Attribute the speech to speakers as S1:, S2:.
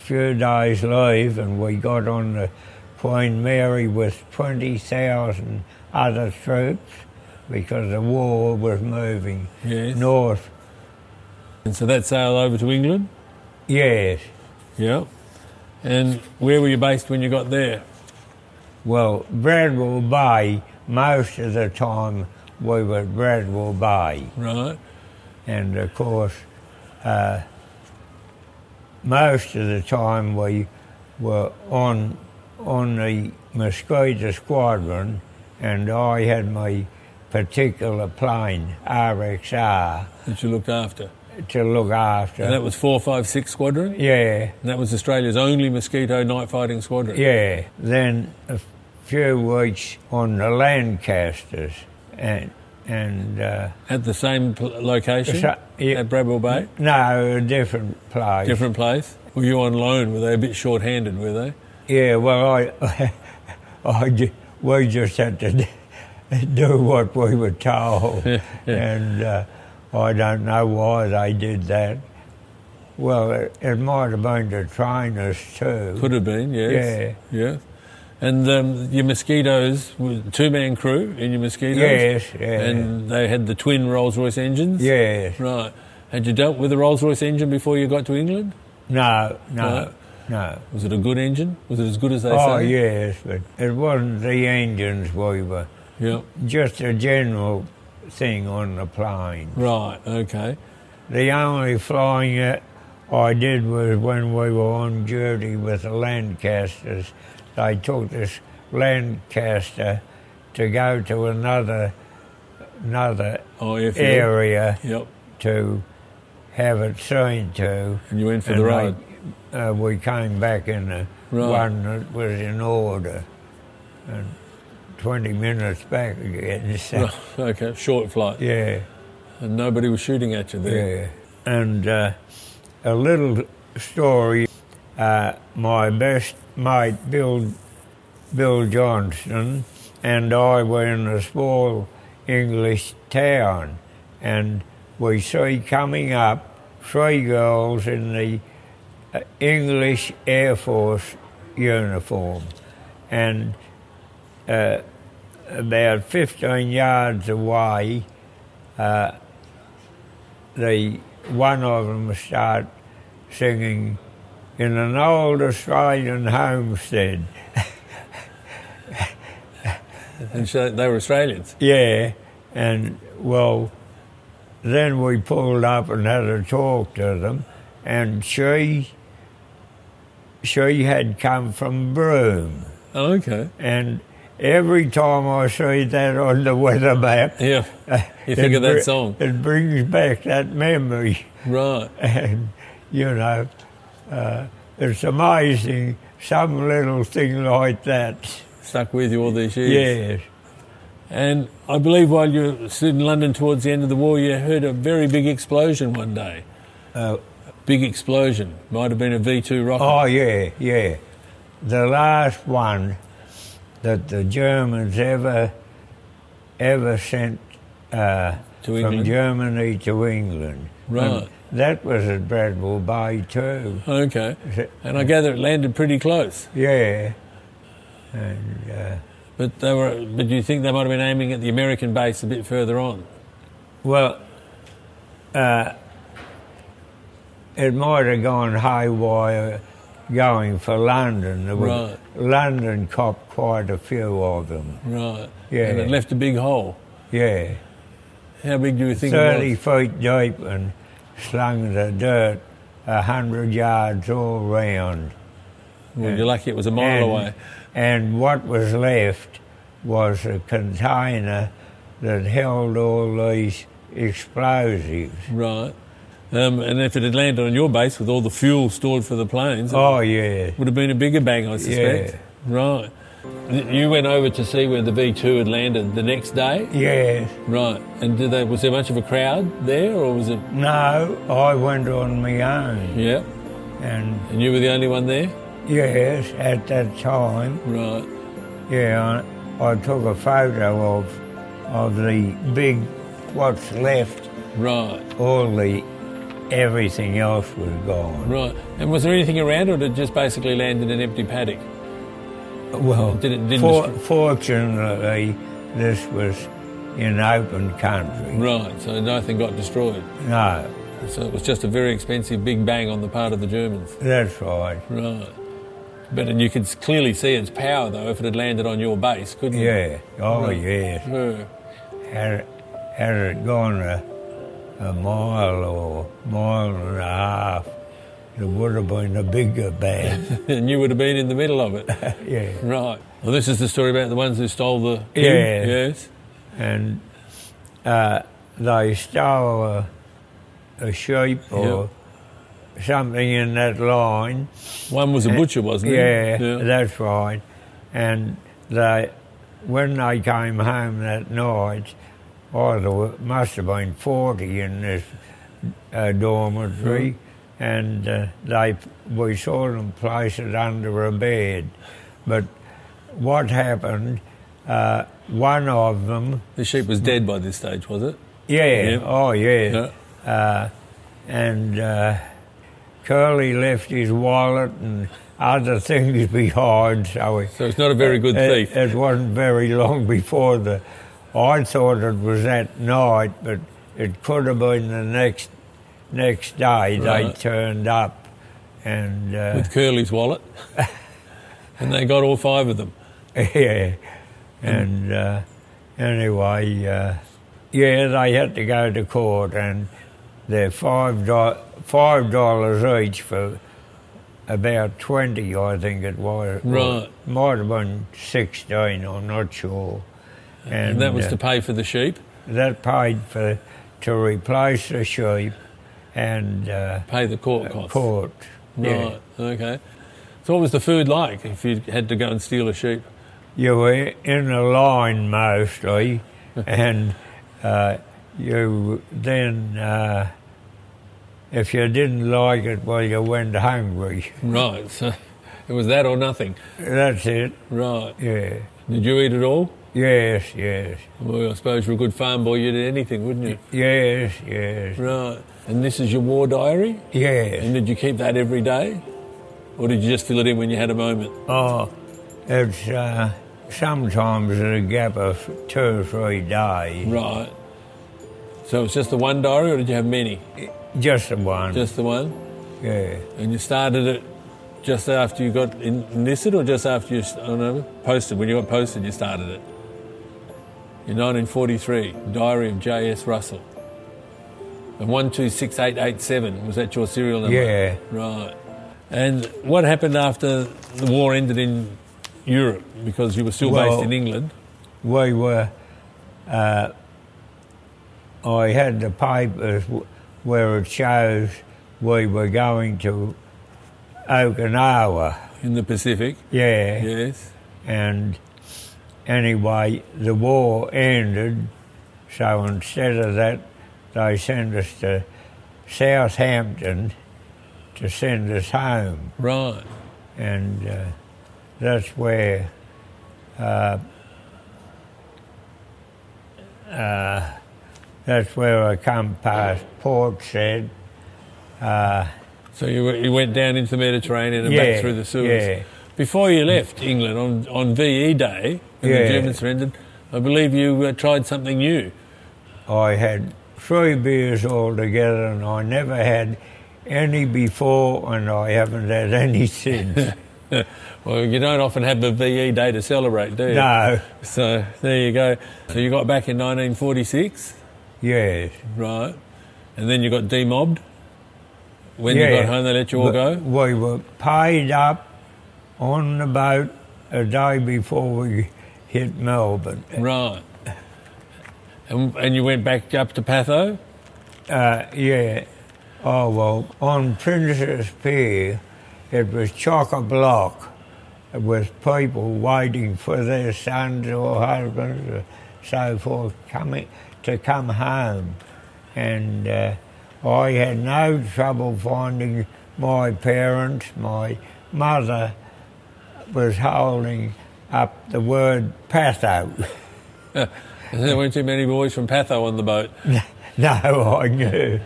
S1: few days leave, and we got on the Queen Mary with 20,000 other troops because the war was moving
S2: Yes.
S1: north.
S2: And so that sailed over to England.
S1: Yes.
S2: Yeah. And where were you based when you got there?
S1: Well, Bradwell Bay, most of the time we were at Bradwell Bay.
S2: Right.
S1: And of course, uh, most of the time we were on on the Mosquito Squadron, and I had my particular plane RXR
S2: That you looked after.
S1: to look after.
S2: And that was 456 Squadron?
S1: yeah,
S2: And that was Australia's only mosquito night fighting squadron.
S1: yeah. Then a few weeks on the Lancasters, and and. Uh,
S2: At the same pl- location?
S1: So- yeah.
S2: At Bradwell Bay?
S1: No, a different place.
S2: Different place? Were you on loan? Were they a bit short handed, were they?
S1: Yeah, well, I, I, ju- we just had to do what we were told, and uh, I don't know why they did that. Well, it, it might have been to train us too.
S2: Could have been, yes. Yeah. Yes. And um, your mosquitoes, two man crew in your mosquitoes?
S1: Yes, yeah.
S2: And they had the twin Rolls Royce engines?
S1: yes,
S2: Right. Had you dealt with a Rolls Royce engine before you got to England?
S1: no, no,
S2: No.
S1: no.
S2: Was it a good engine? Was it as good as they
S1: Oh,
S2: say?
S1: yes, but it wasn't the engines we were.
S2: Yeah.
S1: Just a general thing on the plane.
S2: Right. Okay.
S1: The only flying that I did was when we were on duty with the Lancasters. They took this Lancaster to go to another another
S2: Oh, yeah. for you.
S1: area
S2: Yep.
S1: to have it seen to.
S2: And you went for
S1: And
S2: the ride.
S1: they- uh, we came back in the
S2: Right.
S1: one that was in order, and twenty minutes back again. So,
S2: Right, okay, short flight.
S1: Yeah.
S2: And nobody was shooting at you there.
S1: Yeah. And uh, a little story. Uh, my best mate, Bill, Bill Johnston, and I were in a small English town, and we see coming up three girls in the uh, English Air Force uniform, and uh, about 15 yards away, the one of them start singing in an old Australian homestead.
S2: And so they were Australians.
S1: Yeah, and well, then we pulled up and had a talk to them, and she she had come from Broome,
S2: Oh, okay.
S1: and every time I see that on the weather map,
S2: Yeah. You think of
S1: it
S2: that
S1: br-
S2: song.
S1: It brings back that memory.
S2: Right.
S1: and you know, uh, it's amazing some little thing like that.
S2: Stuck with you all these
S1: Yes,
S2: years. And I believe while you were in London towards the end of the war, you heard a very big explosion one day. Uh,
S1: Oh.
S2: big explosion. Might have been a V 2 rocket.
S1: oh yeah, yeah. The last one that the Germans ever ever sent uh,
S2: To
S1: from
S2: England?
S1: Germany to England.
S2: Right.
S1: And that was at Bradwell Bay too.
S2: Okay. And I gather it landed pretty close.
S1: Yeah, and. Uh,
S2: But they were. But you think they might have been aiming at the American base a bit further on?
S1: Well, uh, it might have gone haywire going for London. There was-
S2: Right.
S1: London copped quite a few of them.
S2: Right.
S1: Yeah.
S2: And it left a big hole.
S1: Yeah,
S2: How big do you think
S1: thirty
S2: it was?
S1: feet deep and slung the dirt a hundred yards all round.
S2: Well, you're lucky it was a mile
S1: and,
S2: away.
S1: and what was left was a container that held all these explosives.
S2: Right. Um, and if it had landed on your base with all the fuel stored for the planes,
S1: Oh yeah,
S2: it would have been a bigger bang, I suspect.
S1: Yeah.
S2: Right. Th- You went over to see where the V two had landed the next day,
S1: yes.
S2: right? And did they, was there much of a crowd there, or was it?
S1: No, I went on my own.
S2: Yeah,
S1: And
S2: and you were the only one there,
S1: yes, at that time,
S2: right?
S1: yeah, I, I took a photo of of the big what's left,
S2: Right.
S1: all the everything else was gone.
S2: Right. And was there anything around, or did it just basically land in an empty paddock?
S1: Well,
S2: Did it- didn't
S1: for,
S2: destroy-
S1: fortunately, this was in open country.
S2: Right. So nothing got destroyed.
S1: No,
S2: So it was just a very expensive big bang on the part of the Germans.
S1: that's right.
S2: Right. But and you could s- clearly see its power though if it had landed on your base, couldn't it?
S1: Yeah. Oh,
S2: Right.
S1: yes.
S2: Yeah.
S1: had had it gone a, a mile uh, or mile and a half, it would have been a bigger band.
S2: and you would have been in the middle of it.
S1: yeah,
S2: right. Well, this is the story about the ones who stole the.
S1: Yeah.
S2: Yes.
S1: and uh, they stole a, a sheep or something in that line.
S2: One was a butcher, wasn't
S1: Yeah,
S2: it?
S1: that's right. And they, when they came home that night, oh, there were, must have been 40 in this uh, dormitory, and uh, they, we saw them place it under a bed. But what happened, uh, one of them,
S2: The sheep was dead by this stage, was it?
S1: yeah,
S2: Yeah.
S1: oh yeah,
S2: Yeah.
S1: uh, and uh, Curly left his wallet and other things behind. So, he,
S2: So it's not a very good
S1: it,
S2: thief.
S1: it wasn't very long before the. I thought it was that night, but it could have been the next next day. They
S2: Right.
S1: turned up, and uh,
S2: with Curly's wallet, and they got all five of them.
S1: yeah, and uh, anyway, uh, yeah, they had to go to court, and they're five do- five dollars each for about twenty, I think it was.
S2: Right.
S1: might have been sixteen. I'm not sure. And,
S2: And that was
S1: uh,
S2: to pay for the sheep,
S1: that paid for to replace the sheep and uh,
S2: pay the court costs.
S1: court.
S2: Right. Okay. So what was the food like if you had to go and steal a sheep?
S1: you were in a line mostly, and uh, you then, uh, if you didn't like it, well, you went hungry.
S2: Right. So it was that or nothing.
S1: That's it.
S2: Right.
S1: Yeah.
S2: Did you eat it all?
S1: Yes. Yes.
S2: Well, I suppose you're a good farm boy. You'd eat anything, wouldn't you?
S1: Yes. Yes.
S2: Right. And this is your war diary.
S1: Yes.
S2: And did you keep that every day, or did you just fill it in when you had a moment?
S1: Oh, it's uh, sometimes a gap of two or three days.
S2: Right. So it's just the one diary, or did you have many?
S1: Just the one.
S2: Just the one.
S1: yeah.
S2: And you started it just after you got en- enlisted, or just after you s- oh no, posted? When you got posted, you started it. In 1943, Diary of J.S. Russell. And 126887, was that your serial number?
S1: Yeah.
S2: Right. And what happened after the war ended in Europe? Because you were still
S1: Well-
S2: based in England.
S1: we were. Uh, I had the papers w- where it shows we were going to Okinawa.
S2: In the Pacific,
S1: Yeah.
S2: yes.
S1: And anyway, the war ended, so instead of that, they sent us to Southampton to send us home
S2: Right.
S1: and uh, that's where uh, uh, that's where I come past Port Said.
S2: So you, went- you went down into the Mediterranean and
S1: Yeah,
S2: back through the Suez.
S1: yeah.
S2: Before you left England on, on VE Day, when
S1: Yeah.
S2: the Germans surrendered, I believe you uh, tried something new.
S1: I had three beers altogether, and I never had any before, and I haven't had any since.
S2: Well, you don't often have a VE Day to celebrate, do you?
S1: no,
S2: So there you go. So you got back in 1946,
S1: yes.
S2: right? And then you got demobbed. When you
S1: Yeah.
S2: got home, they let you all go.
S1: We were paid up on the boat a day before we hit Melbourne.
S2: Right. And, and you went back up to Patho?
S1: Uh, yeah. Oh, well, on Princess Pier, it was chock a block with people waiting for their sons or husbands or so forth coming to come home. And uh, I had no trouble finding my parents. My mother was holding up the word patho.
S2: There weren't too many boys from Patho on the boat.
S1: no, I knew.